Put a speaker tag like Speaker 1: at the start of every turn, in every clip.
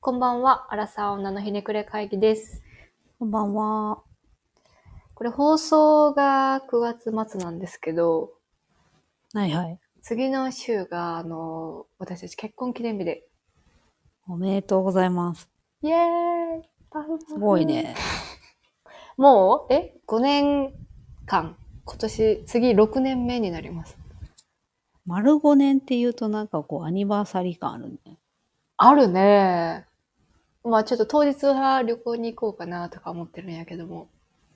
Speaker 1: こんばんは、アラサー女のひねくれ会議です。
Speaker 2: こんばんは。
Speaker 1: これ放送が9月末なんですけど、
Speaker 2: はいはい。
Speaker 1: 次の週が、あの、私たち結婚記念日で。
Speaker 2: おめでとうございます。
Speaker 1: イエーイパフパフ
Speaker 2: すごい。ね。
Speaker 1: もう、え ?5 年間。今年、次6年目になります。
Speaker 2: 丸5年って言うとなんかこうアニバーサリー感あるね。
Speaker 1: あるね。まあちょっと当日は旅行に行こうかなとか思ってるんやけども。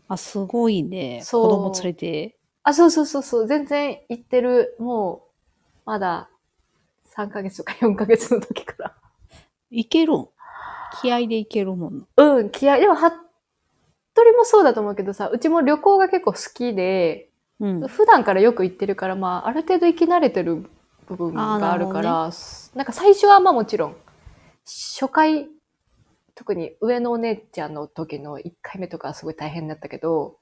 Speaker 2: あ、すごいね。
Speaker 1: そう
Speaker 2: 子供連れて。
Speaker 1: あ、そうそうそうそう、全然行ってる。もう、まだ3ヶ月とか4ヶ月の時から。
Speaker 2: いけるん気合でいけるもん。
Speaker 1: うん、気合い。でも、服部もそうだと思うけどさ、うちも旅行が結構好きで、
Speaker 2: うん。
Speaker 1: 普段からよく行ってるから、まあ、ある程度行き慣れてる部分
Speaker 2: あー
Speaker 1: があるか
Speaker 2: なるほ
Speaker 1: ら、なんか最初はまあもちろん、初回、特に上のお姉ちゃんの時の1回目とかはすごい大変だったけど、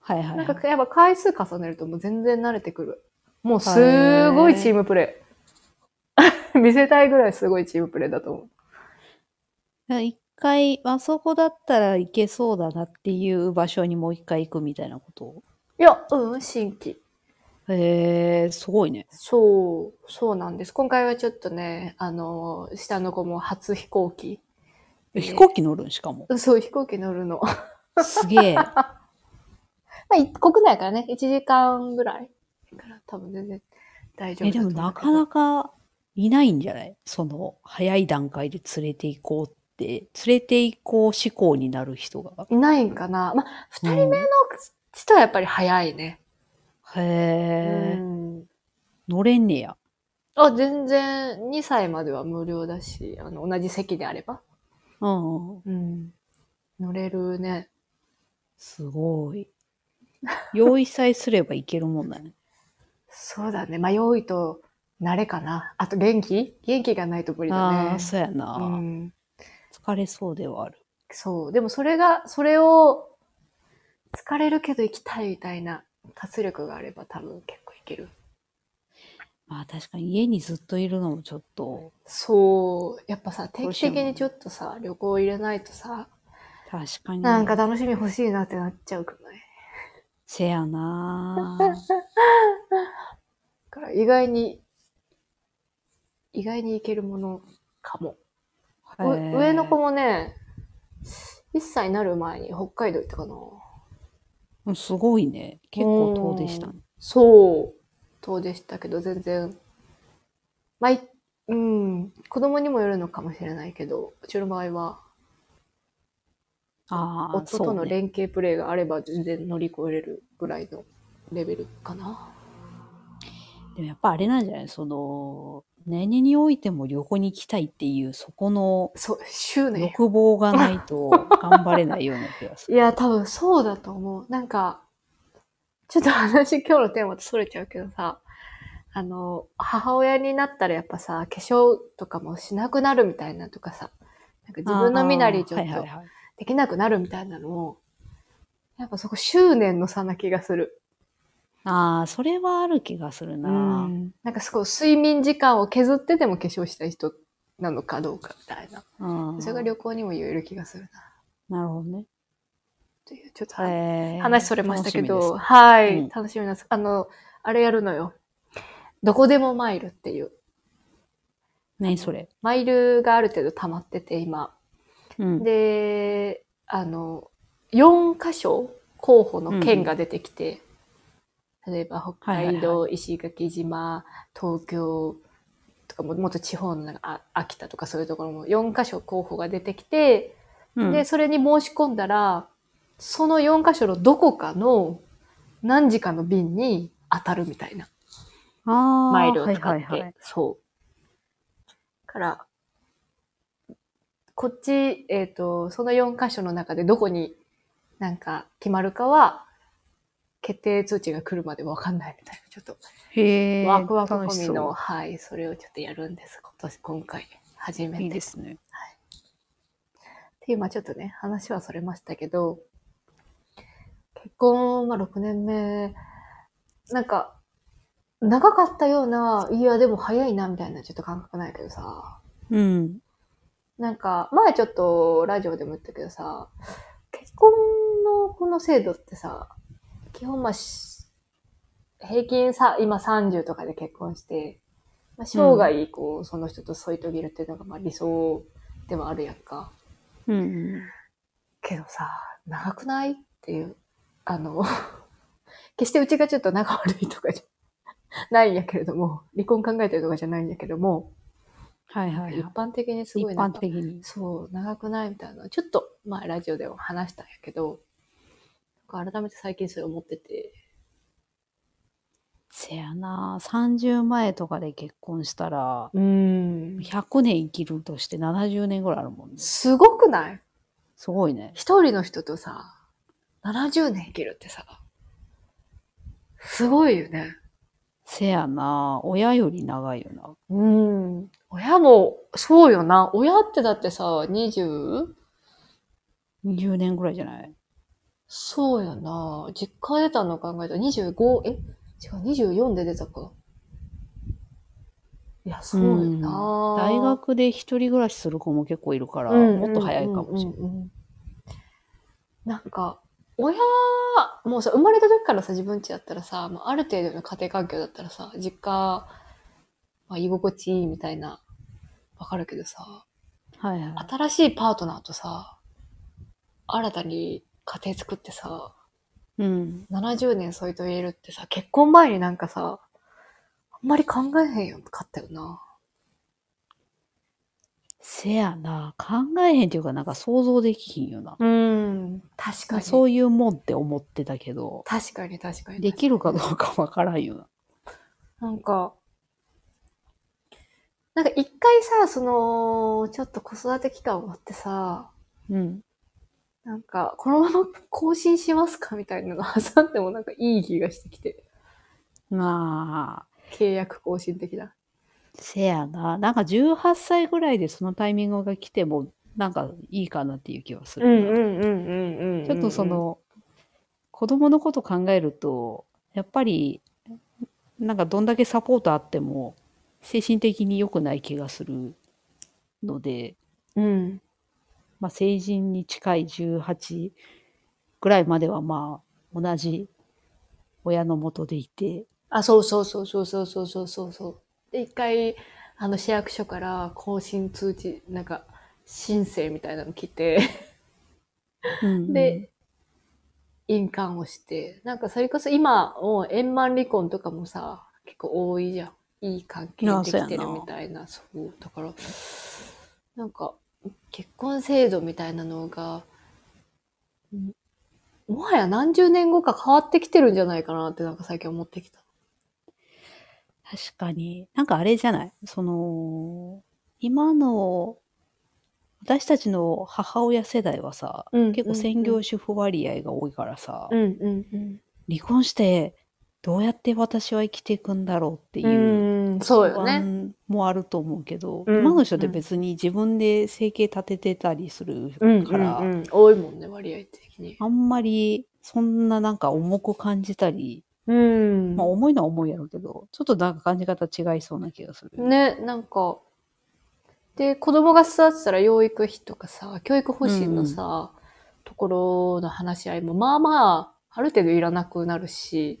Speaker 2: はいはい、
Speaker 1: なん
Speaker 2: は
Speaker 1: か
Speaker 2: い。
Speaker 1: やっぱ回数重ねるともう全然慣れてくる。もうすごいチームプレイ。見せたいぐらいすごいチームプレイだと思
Speaker 2: 一回、あそこだったらいけそうだなっていう場所にもう一回行くみたいなこと。
Speaker 1: う。いや、うん、新規。
Speaker 2: へえ、すごいね。
Speaker 1: そう、そうなんです。今回はちょっとね、あの、下の子も初飛行機。
Speaker 2: え
Speaker 1: ね
Speaker 2: 飛行機乗るんしかも。
Speaker 1: そう、飛行機乗るの。 ます
Speaker 2: げえ。
Speaker 1: あ、い国内からね、1時間ぐらいから多分全然大丈夫
Speaker 2: え、でもなか
Speaker 1: か。
Speaker 2: なかいないんじゃないその、早い段階で連れて行こうって、連れて行こう思考になる人が。
Speaker 1: いないんかな。まあ、2人目の
Speaker 2: うん
Speaker 1: 人はやっぱり早いね。
Speaker 2: へ
Speaker 1: う
Speaker 2: え、
Speaker 1: ん
Speaker 2: 乗れんねや。
Speaker 1: あ、全然、2歳までは無料だし、あの、同じ席であれば。
Speaker 2: うん。
Speaker 1: うん。乗れるね。
Speaker 2: す ごい。用意さえすればいけるもんだね。
Speaker 1: そうだね。迷いと慣れかな。あと元気元気がないと無理だね。
Speaker 2: ああ、そうやな、
Speaker 1: うん。
Speaker 2: 疲れそうではある。
Speaker 1: そう。でもそれが、それを、疲れるけど行きたいみたいな活力があれば多分結構いける。
Speaker 2: まあ確かに家にずっといるのもちょっと、
Speaker 1: そう。やっぱさ、定
Speaker 2: どう
Speaker 1: 期
Speaker 2: しよう
Speaker 1: 的にちょっとさ、旅行入れないとさ、
Speaker 2: 確かに。
Speaker 1: なんか楽しみ欲しいなってなっちゃうくない
Speaker 2: せ やな
Speaker 1: だから意外に、意外にいけるものかも。う上の子
Speaker 2: も。
Speaker 1: もね、1歳になる前に北海道行ったかな。
Speaker 2: うんすごいね。結構遠出したね。
Speaker 1: そう、遠出したけど全然、まあ、いうん、子供にもよるのかもしれないけど、うちの場合は、
Speaker 2: ああ、
Speaker 1: 夫
Speaker 2: そ
Speaker 1: と
Speaker 2: う
Speaker 1: の
Speaker 2: ね
Speaker 1: 連携プレーがあれば全然乗り越えれるぐらいのレベルかな。
Speaker 2: でもやっぱあれなんじゃないその、何においても旅行に行きたいっていう、そこの
Speaker 1: そう、執念よ
Speaker 2: 欲望がない と頑張れないような気がす
Speaker 1: い
Speaker 2: る。
Speaker 1: や、多分そうだと思う。なんか、ちょっと話、今日のテーマとそれちゃうけどさ、あの、母親になったらやっぱさ、化粧とかもしなくなるみたいなとかさ、なん か自分の身なりちょ
Speaker 2: あ
Speaker 1: っ
Speaker 2: ーはい
Speaker 1: と
Speaker 2: はいはい
Speaker 1: できなくなるみたいなのを、やっぱそこ執念の差な気がする。
Speaker 2: あー、それはある気がする
Speaker 1: う
Speaker 2: な。
Speaker 1: ん。なんかすごい睡眠時間を削ってでも化粧したい人なのかどうかみたいな。
Speaker 2: うん
Speaker 1: それが旅行にも言える気がするな、
Speaker 2: なるほどね。
Speaker 1: という、ちょっと話
Speaker 2: えー
Speaker 1: 話それましたけ
Speaker 2: 楽しみ
Speaker 1: ど、
Speaker 2: です
Speaker 1: はい、
Speaker 2: うん
Speaker 1: 楽しみなんです。あの、あれやるのよ。どこでもマイルっていう。
Speaker 2: 何それ、
Speaker 1: マイルがある程度溜まってて、今。
Speaker 2: うん、
Speaker 1: で、あの、4箇所候補の県が出てきて、例えば北海
Speaker 2: はいはい
Speaker 1: 道、石垣島、東京とかも、もっと地方のなんかあ秋田とかそういうところも4箇所候補が出てきて、
Speaker 2: うん
Speaker 1: で、それに申し込んだら、その4箇所のどこかの何時かの便に当たるみたいな。
Speaker 2: あー
Speaker 1: マイルを使って。
Speaker 2: はいはいはい
Speaker 1: そう。から、こっち、えっ、と、その4箇所の中でどこになんか決まるかは、決定通知が来るまでわかんないみたいな。ちょっと、
Speaker 2: へえ。
Speaker 1: ワクワク
Speaker 2: 楽
Speaker 1: 込
Speaker 2: し
Speaker 1: み
Speaker 2: そう
Speaker 1: の、はい、それをちょっとやるんです。今年、今回、初めて。
Speaker 2: いいですね。
Speaker 1: っていう、まあちょっとね、話はそれましたけど、結婚、まあ6年目、なんか、長かったような、いや、でも早いな、みたいな、ちょっと感覚ないけどさ、
Speaker 2: うん。
Speaker 1: なんか、前ちょっとラジオでも言ったけどさ、結婚のこの制度ってさ、基本まあし、平均さ、今30とかで結婚して、まあ、生涯こう、その人と添い遂げるっていうのがまあ理想ではあるやんか。
Speaker 2: うん。
Speaker 1: けどさ、長くないっていう、あの、 決してうちがちょっと仲悪いとかじゃ ないんやけれども、離婚考えてるとかじゃないんやけども、
Speaker 2: はいはいはい
Speaker 1: 一。般的にす
Speaker 2: 一
Speaker 1: ごいな
Speaker 2: 般
Speaker 1: んか
Speaker 2: 的に。
Speaker 1: そう、長くないみたいな、ちょっと、まあ、ラジオでも話したんやけど、なんか改めて最近それ思ってて、
Speaker 2: せやな、30前とかで結婚したら、
Speaker 1: うん
Speaker 2: 100年生きるとして70年ぐらいあるもんね。す
Speaker 1: すごくない
Speaker 2: ごいね。
Speaker 1: 一人の人とさ、70年生きるってさ、すごいよね。
Speaker 2: せやな、親より長いよな。
Speaker 1: うん。親も、そうよな。親ってだってさ、20?
Speaker 2: 20年ぐらいじゃない
Speaker 1: そうよな。実家出たの考えたら25、え違う、24で出たか。いや、そうよな。
Speaker 2: 大学で一人暮らしする子も結構いるから、
Speaker 1: うん
Speaker 2: もっと早いかもしれない。
Speaker 1: うんうんうんうんなんか、親、もうさ、生まれた時からさ、自分家だったらさ、もうある程度の家庭環境だったらさ、実家、まあ、居心地いいみたいな、わかるけどさ、
Speaker 2: はいはい。
Speaker 1: 新しいパートナーとさ、新たに家庭作ってさ、
Speaker 2: うん。
Speaker 1: 70年添い遂げるってさ、結婚前になんかさ、あんまり考えへんよかったよな。
Speaker 2: せやな、考えへんっていうか、なんか想像できひんよな。
Speaker 1: うん。確かに。
Speaker 2: そういうもんって思ってたけど、
Speaker 1: 確かに確かに。
Speaker 2: できるかどうかわからんよな。
Speaker 1: なんか、なんか一回さ、その、ちょっと子育て期間終わってさ、
Speaker 2: うん。
Speaker 1: なんか、このまま更新しますかみたいなのが挟んでもなんかいい気がしてきて。
Speaker 2: まあ、
Speaker 1: 契約更新的な。
Speaker 2: せやな。なんか18歳ぐらいでそのタイミングが来ても、なんかいいかなっていう気はするな。
Speaker 1: んうんうん
Speaker 2: ちょっとそ、の、子供のこと考えると、やっぱり、なんかどんだけサポートあっても、精神的に良くない気がするので、
Speaker 1: うん。
Speaker 2: まあ成人に近い18ぐらいまではまあ同じ親の元でいて、
Speaker 1: あ、そうそうそうそうそうそうそうそうそう。で、一回、あの、市役所から更新通知、なんか、申請みたいなの来て、で、印鑑をして、なんかそれこそ今、もう円満離婚とかもさ、結構多いじゃん。いい関係
Speaker 2: ああ
Speaker 1: できて
Speaker 2: そうや
Speaker 1: る
Speaker 2: な
Speaker 1: みたいな、そうだから、なんか、結婚制度みたいなのが、んもはや何十年後か変わってきてるんじゃないかなってなんか最近思ってきた。
Speaker 2: 確かに。なんかあれじゃないその、今の、私たちの母親世代はさ、
Speaker 1: うん
Speaker 2: 結構専業主婦割合が多いからさ、
Speaker 1: うんうんうん。
Speaker 2: 離婚してどうやって私は生きていくんだろうって
Speaker 1: う
Speaker 2: いう、
Speaker 1: ん、そうよね。。
Speaker 2: もあると思うけど、
Speaker 1: うん
Speaker 2: 今の人って別に自分で生計立ててたりするか
Speaker 1: う
Speaker 2: ら、
Speaker 1: ん、から、多いもんね、割合的に。
Speaker 2: あんまりそんななんか重く感じたり、
Speaker 1: うん
Speaker 2: まあ重いのは重いやろうけど、ちょっとなんか感じ方違いそうな気がする。
Speaker 1: ね、なんか。で、子供が育ってたら養育費とかさ、教育方針のさ、ところの話し合いも、まあまあ、ある程度いらなくなるし、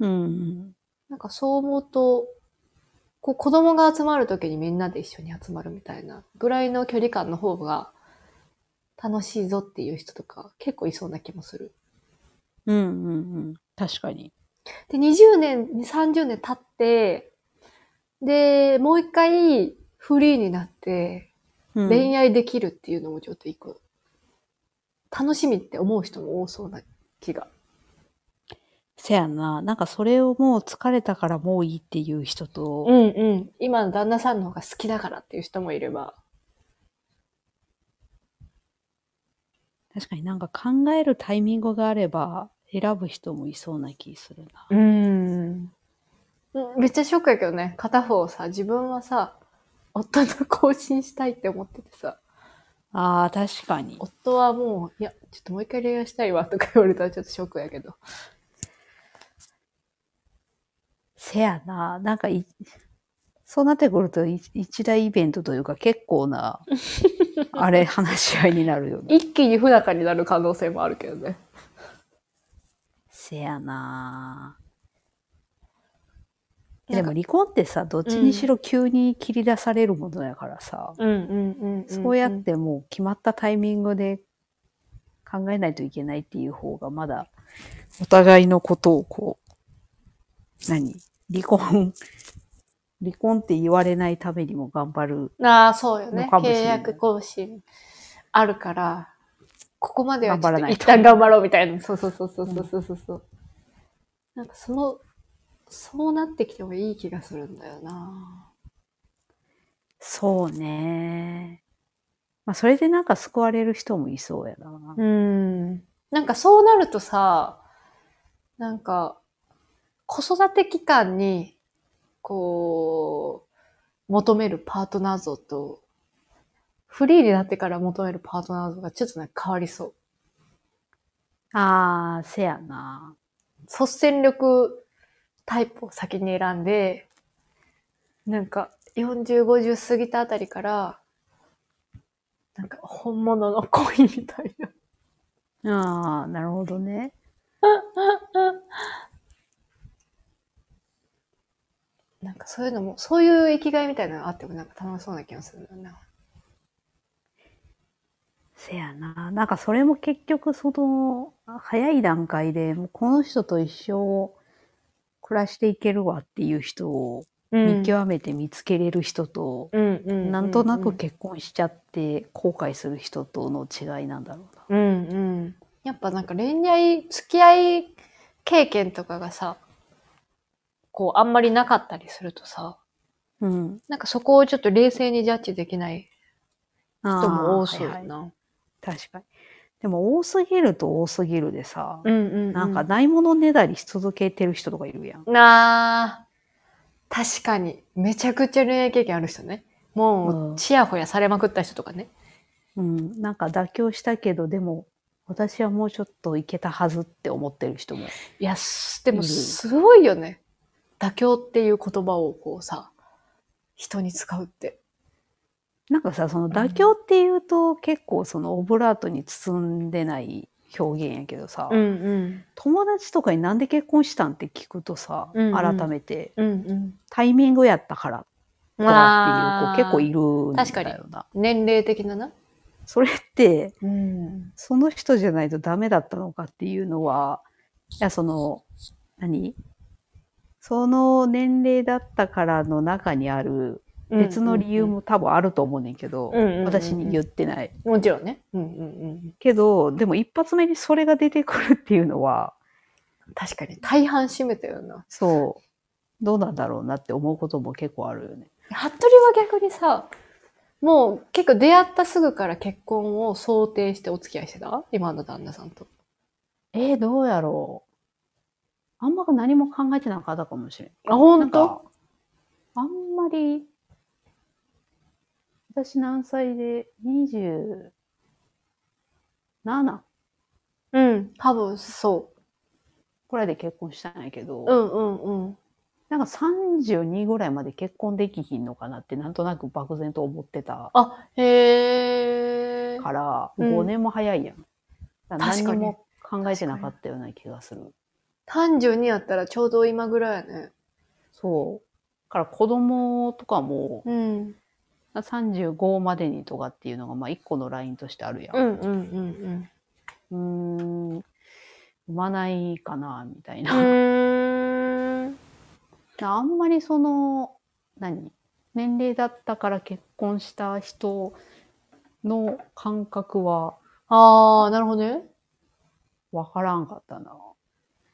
Speaker 2: うん。
Speaker 1: なんかそう思うと、こう子供が集まるときにみんなで一緒に集まるみたいなぐらいの距離感の方が楽しいぞっていう人とか結構いそうな気もする。
Speaker 2: うんうんうん。確かに。
Speaker 1: で、20年、30年経って、で、もう一回フリーになって、
Speaker 2: うん
Speaker 1: 恋愛できるっていうのもちょっと一個、楽しみって思う人も多そうな気が。
Speaker 2: せやんな。なんかそれをもう疲れたからもういいっていう人と、
Speaker 1: んうん。今の旦那さんの方が好きだからっていう人もいれば。
Speaker 2: 確かになんか考えるタイミングがあれば選ぶ人もいそうな気する
Speaker 1: う
Speaker 2: な。
Speaker 1: ん。めっちゃショックやけどね。片方さ、自分はさ、夫と更新したいって思っててさ、
Speaker 2: あー確かに。
Speaker 1: 夫はもう、いや、ちょっともう一回恋愛したいわとか言われたらちょっとショックやけど。
Speaker 2: せやな。なんかい、そうなってくるとい一大イベントというか結構 なあれ話し合いになるよね。
Speaker 1: 一気に不仲になる可能性もあるけどね。
Speaker 2: せやなぁ
Speaker 1: な
Speaker 2: で
Speaker 1: ん
Speaker 2: も
Speaker 1: か
Speaker 2: 離婚ってさどっちにしろ急に切り出されるものやからさ、
Speaker 1: うんうんうんん
Speaker 2: そうやっ。てもう決まったタイミングで考えないといけないっていう方がまだお互いのことをこう何離婚離婚って言われないためにも頑張る
Speaker 1: ああ、そうよね
Speaker 2: の。かもし
Speaker 1: 契
Speaker 2: れない
Speaker 1: 約更新あるから、ここまではちょ
Speaker 2: 頑
Speaker 1: っ
Speaker 2: 張
Speaker 1: と
Speaker 2: らない
Speaker 1: 一旦頑張ろうみたいな。そうそうそうそうそうそうそう。なんかその、そうなってきてもいい気がするんだよな。
Speaker 2: そうねまあそれでなんか救われる人もいそうやな、
Speaker 1: うん。なんかそうなるとさ、なんか、子育て期間に、こう、求めるパートナー像と、フリーになってから求めるパートナー像がちょっとね、変わりそう。
Speaker 2: ああせやな
Speaker 1: 率先力タイプを先に選んで、なんか40、50過ぎたあたりから、なんか本物の恋みたいな。
Speaker 2: ああ、なるほどね。
Speaker 1: なんかそういうのも、そういう生きがいみたいなのがあってもなんか楽しそうな気がするんだよな。
Speaker 2: せやな。なんかそれも結局、その、早い段階で、もうこの人と一生暮らしていけるわっていう人を
Speaker 1: う
Speaker 2: 見極めて見つけれる人と、
Speaker 1: うんうん
Speaker 2: なんとなく結婚しちゃって後悔する人との違いなんだろうな。
Speaker 1: うんうん。やっぱなんか恋愛、付き合い経験とかがさ、こうあんまりなかったりするとさ、
Speaker 2: うん。
Speaker 1: なんかそこをちょっと冷静にジャッジできない
Speaker 2: あ
Speaker 1: 人も
Speaker 2: ー
Speaker 1: 多そう
Speaker 2: は
Speaker 1: や
Speaker 2: いはい
Speaker 1: な。
Speaker 2: 確かに。でも多すぎると多すぎるでさ、
Speaker 1: うんうん、うん。
Speaker 2: なんかないものねだりし続けてる人とかいるやん。
Speaker 1: なあ、確かに。めちゃくちゃ恋愛経験ある人ね。も
Speaker 2: う
Speaker 1: う、
Speaker 2: ん
Speaker 1: ちやほやされまくった人とかね。
Speaker 2: うん、なんか妥協したけど、でも、私はもうちょっといけたはずって思ってる人も。
Speaker 1: いや、すでも
Speaker 2: いる
Speaker 1: すごいよね。妥協っていう言葉をこうさ、人に使うって。
Speaker 2: なんかさ、その妥協っていうと、結構そのオブラートに包んでない表現やけどさ、
Speaker 1: ん
Speaker 2: 友達とかになんで結婚したんって聞くとさ、
Speaker 1: うんうん
Speaker 2: 改めて、
Speaker 1: うん。うん
Speaker 2: タイミングやったから
Speaker 1: う
Speaker 2: と
Speaker 1: ん。
Speaker 2: かっていう子結構いるん
Speaker 1: 確かに
Speaker 2: だよな。
Speaker 1: 年齢的なな。
Speaker 2: それって、
Speaker 1: うん。
Speaker 2: その人じゃないとダメだったのかっていうのは、いや、その、何その年齢だったからの中にある別の理由も多分あると思うねんけど、
Speaker 1: うんうんうんうん
Speaker 2: 私に言ってない。
Speaker 1: もちろんね。うんうんうん。
Speaker 2: けど、でも一発目にそれが出てくるっていうのは、
Speaker 1: 確かに。大半占めたよな。
Speaker 2: そう、どうなんだろうなって思うことも結構あるよね。
Speaker 1: 服部は逆にさ、もう結構出会ったすぐから結婚を想定してお付き合いしてた今の旦那さんと。
Speaker 2: えー、どうやろう。あんま何も考えてなかったかもしれん。
Speaker 1: あ、ほ
Speaker 2: なんか、あんまり、私何歳で、27?
Speaker 1: うん、多分そ
Speaker 2: こらで結婚したんやけど、
Speaker 1: う。うんうんうん。
Speaker 2: なんか32ぐらいまで結婚できひんのかなってなんとなく漠然と思ってた
Speaker 1: あ、へえ。
Speaker 2: から、
Speaker 1: うん
Speaker 2: 5年も早いやん。だから
Speaker 1: 確か
Speaker 2: 何
Speaker 1: に
Speaker 2: も考えてなかったような気がする。
Speaker 1: 32やったらちょうど今ぐらいやね。
Speaker 2: そう。だから子供とかも
Speaker 1: うん。
Speaker 2: 35までにとかっていうのがまあ1個のラインとしてあるやん。
Speaker 1: うんうんうん
Speaker 2: うーん、産まないかな、みたい
Speaker 1: うん。う
Speaker 2: な。
Speaker 1: ーん。
Speaker 2: あんまりその、何年齢だったから結婚した人の感覚は
Speaker 1: ああ、なるほどね。
Speaker 2: わからんかったな。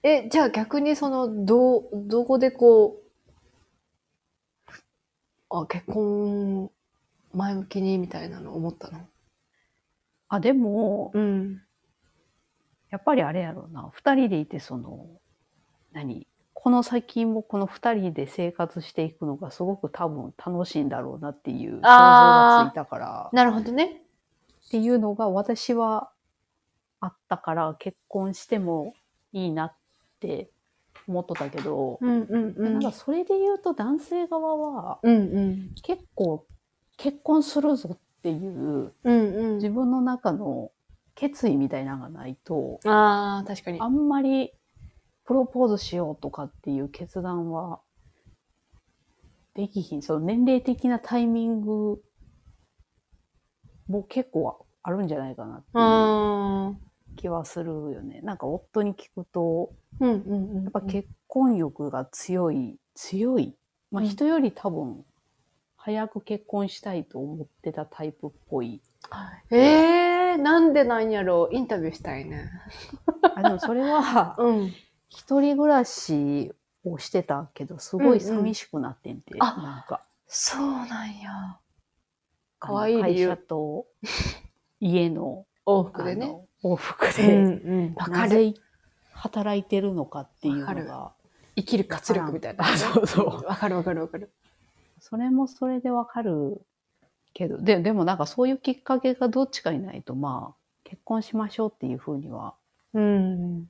Speaker 1: え、じゃあ逆にその、どう、どこでこう、あ、結婚前向きにみたいなの思ったの
Speaker 2: あ、でも、
Speaker 1: うん。
Speaker 2: やっぱりあれやろうな。二人でいて、その、何この先もこの二人で生活していくのがすごく多分楽しいんだろうなっていう想像がついたから、
Speaker 1: なるほどね。
Speaker 2: っていうのが私はあったから、結婚してもいいなって思っとったけど、
Speaker 1: うんうんう
Speaker 2: なんんか。それで言うと男性側は
Speaker 1: うんうん。
Speaker 2: 結構結婚するぞっていう
Speaker 1: うん
Speaker 2: 自分の中の決意みたいなのがないと、
Speaker 1: うん。ああ、確かに。
Speaker 2: あんまりプロポーズしようとかっていう決断はできひん。その年齢的なタイミングも結構あるんじゃないかなっていう
Speaker 1: あ
Speaker 2: 気はするよね。なんか夫に聞くと、
Speaker 1: ーうんうんうん。
Speaker 2: やっぱ結婚欲が強い、強い。まあ
Speaker 1: うん
Speaker 2: 人より多分早く結婚したいと思ってたタイプっぽい。
Speaker 1: ええー、なんでなんやろうインタビューしたいね。
Speaker 2: あでもそれは
Speaker 1: うん。
Speaker 2: 一人暮らしをしてたけど、すごい寂しくなってんて、
Speaker 1: あ
Speaker 2: なんか。
Speaker 1: そうなんや。
Speaker 2: あの
Speaker 1: 可愛い理由
Speaker 2: 会社と 家の
Speaker 1: 往復でね。
Speaker 2: あの往復
Speaker 1: うん
Speaker 2: で、
Speaker 1: うん。わか
Speaker 2: な
Speaker 1: る。
Speaker 2: ぜ働いてるのかっていうの
Speaker 1: わかる
Speaker 2: が
Speaker 1: 生きる活力みたいな。
Speaker 2: あそうそう
Speaker 1: わかるわかるわかる。
Speaker 2: それもそれでわかるけどででもなんかそういうきっかけがどっちかいないとまあ結婚しましょうっていうふうには
Speaker 1: うん。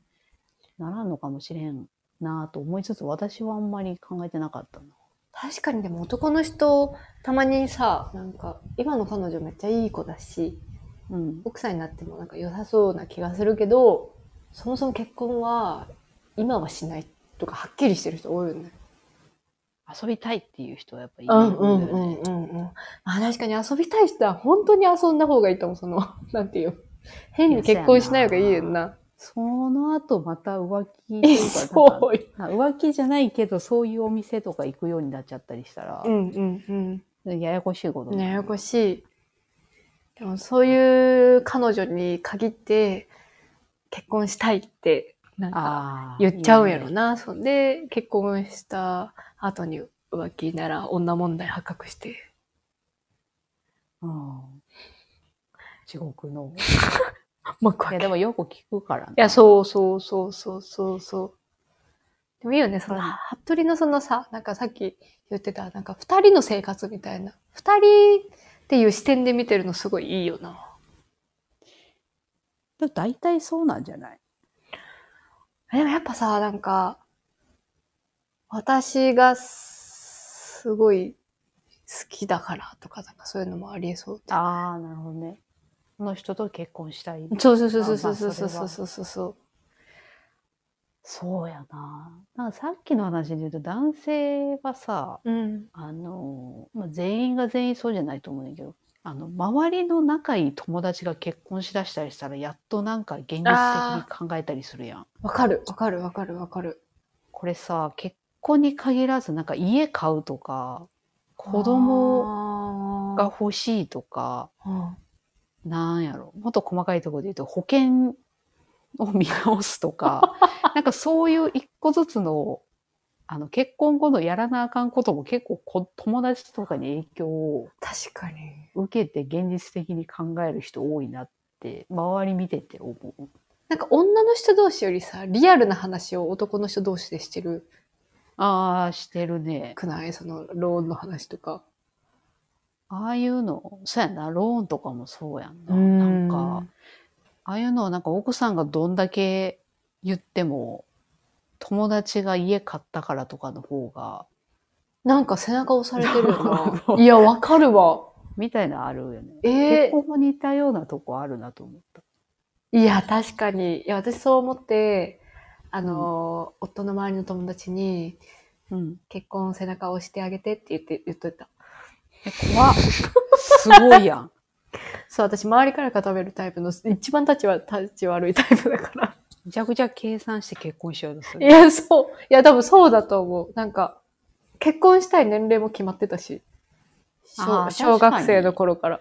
Speaker 2: ならんのかもしれんなと思いつつ私はあんまり考えてなかったな。
Speaker 1: 確かにでも男の人、たまにさ、なんか、今の彼女めっちゃいい子だし、
Speaker 2: うん、
Speaker 1: 奥さんになってもなんか良さそうな気がするけど、そもそも結婚は、今はしないとか、はっきりしてる人多いよね。
Speaker 2: 遊びたいっていう人はやっぱいる
Speaker 1: うん
Speaker 2: よ
Speaker 1: うん
Speaker 2: ね
Speaker 1: うんうんうん。あ確かに遊びたい人は本当に遊んだ方がいいと思う。その、 なんていう。変に結婚しない方がいいよな。
Speaker 2: その後また浮気と
Speaker 1: え、
Speaker 2: いうかなんか
Speaker 1: そう。
Speaker 2: あ浮気じゃないけどそういうお店とか行くようになっちゃったりしたら
Speaker 1: う、んうん
Speaker 2: ややこしいこと
Speaker 1: うん。
Speaker 2: になる
Speaker 1: ややこしい。でもそういう彼女に限って、結婚したいって、なんか
Speaker 2: あー
Speaker 1: 言っちゃうんやろ
Speaker 2: いいね
Speaker 1: な。そんで、結婚した後に浮気なら女問題発覚して。
Speaker 2: うん地獄の
Speaker 1: 幕
Speaker 2: い
Speaker 1: 開
Speaker 2: や
Speaker 1: け
Speaker 2: で
Speaker 1: い
Speaker 2: もよく聞くからね
Speaker 1: や、そうそうそうそうそうそう。でもいいよね、その、
Speaker 2: うん
Speaker 1: 服部のそのさ、なんかさっき言ってた、なんか二人の生活みたいな。二人っていう視点で見てるのすごいいいよな。
Speaker 2: でも大体そうなんじゃない
Speaker 1: えでもやっぱさ、なんか、私がすすごい好きだからとか、なんかそういうのもありえそうで。
Speaker 2: ああなるほどねこの人と結婚したい
Speaker 1: そうそうそうそうそう
Speaker 2: あまあ
Speaker 1: そうそう
Speaker 2: それは
Speaker 1: そうそうそう。
Speaker 2: そうやななんかさっきの話で言うと男性はさ
Speaker 1: うん。
Speaker 2: あの、まあ、全員が全員そうじゃないと思うんだけどあの周りの仲いい友達が結婚しだしたりしたらやっとなんか現実的に考えたりするやん。
Speaker 1: わかる、わかる、わかる、わかる。
Speaker 2: これさ結婚に限らずなんか家買うとか子供
Speaker 1: 供
Speaker 2: が、欲しいとか
Speaker 1: うん
Speaker 2: なんやろもっと細かいところで言うと保険を見直すとかなんかそういう一個ずつのあの結婚後のやらなあかんことも結構こ友達とかに影響を
Speaker 1: 確かに。
Speaker 2: 受けて現実的に考える人多いなって周り見てて思う。
Speaker 1: なんか女の人同士よりさ、リアルな話を男の人同士でしてる
Speaker 2: ああしてるね。
Speaker 1: くないその、ローンの話とか。
Speaker 2: ああいうのそうやなローンとかもそうやんな。なんか
Speaker 1: か、
Speaker 2: ああいうのはなんか奥さんがどんだけ言っても、友達が家買ったからとかの方が、
Speaker 1: なんか背中押されてるよ
Speaker 2: そ う
Speaker 1: な。いや、わかるわ。
Speaker 2: みたいなのあるよね。
Speaker 1: ええ
Speaker 2: 結婚も似たようなとこあるなと思った。
Speaker 1: いや、確かに。いや、私そう思って、あの、夫の周りの友達に、
Speaker 2: うん。
Speaker 1: 結婚背中押してあげてって言って、言っといた。
Speaker 2: え怖っ。すごいやん。
Speaker 1: そう、私周りから固めるタイプの、一番立ちは、立ち悪いタイプだから。
Speaker 2: めちゃくちゃ計算して結婚しようとす
Speaker 1: い
Speaker 2: る。
Speaker 1: や、そう。いや、多分そうだと思う。なんか、結婚したい年齢も決まってたし。
Speaker 2: あ
Speaker 1: 小
Speaker 2: ー
Speaker 1: 小
Speaker 2: 確か
Speaker 1: 学
Speaker 2: に
Speaker 1: 生の頃から。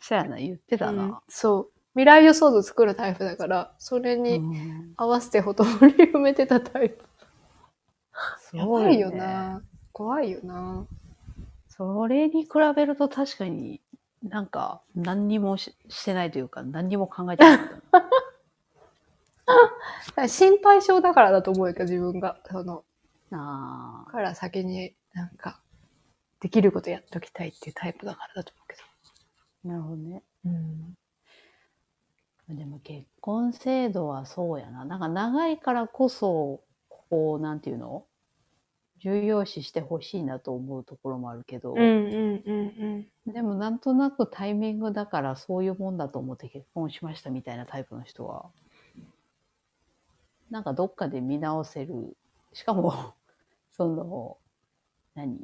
Speaker 2: そうやな、言ってた
Speaker 1: うん
Speaker 2: な。
Speaker 1: そう。未来予想図作るタイプだから、それ
Speaker 2: う
Speaker 1: に
Speaker 2: ん、
Speaker 1: 合わせてほとぼり埋めてたタイプ。
Speaker 2: す
Speaker 1: や
Speaker 2: ご
Speaker 1: ばい
Speaker 2: い
Speaker 1: よ
Speaker 2: よ
Speaker 1: な
Speaker 2: な。。
Speaker 1: 怖いよな。
Speaker 2: それに比べると確かになんか何にもししてないというか何にも考えてなかったな。
Speaker 1: だから心配性だからだと思うけど、自分が。その、
Speaker 2: なあ
Speaker 1: から先になんか、できることやっときたいっていうタイプだからだと思うけど。
Speaker 2: なるほどね。
Speaker 1: うん。
Speaker 2: でも結婚制度はそうやな。なんか長いからこそ、こう、なんていうの重要視してほしいなと思うところもあるけど、
Speaker 1: うんうんうん
Speaker 2: でもなんとなくタイミングだからそういうもんだと思って結婚しましたみたいなタイプの人は、なんかどっかで見直せる。しかも、 その、何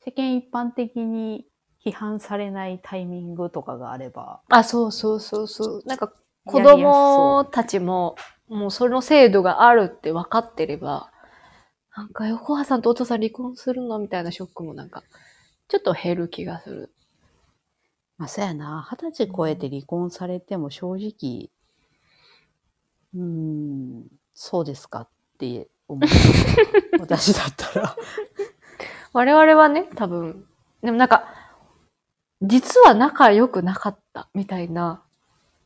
Speaker 2: 世間一般的に批判されないタイミングとかがあれば、
Speaker 1: あ、そうそうそうそう。なんか子
Speaker 2: やりやすそ
Speaker 1: 供
Speaker 2: う
Speaker 1: たちも、もうその制度があるって分かってれば、なんか横川さんとお父さん離婚するのみたいなショックもなんか、ちょっと減る気がする。
Speaker 2: まあ、そうやな。二十歳超えて離婚されても正直、うーん、そうですかって思う。 私だったら。
Speaker 1: 我々はね、多分、でもなんか、実は仲良くなかったみたいな、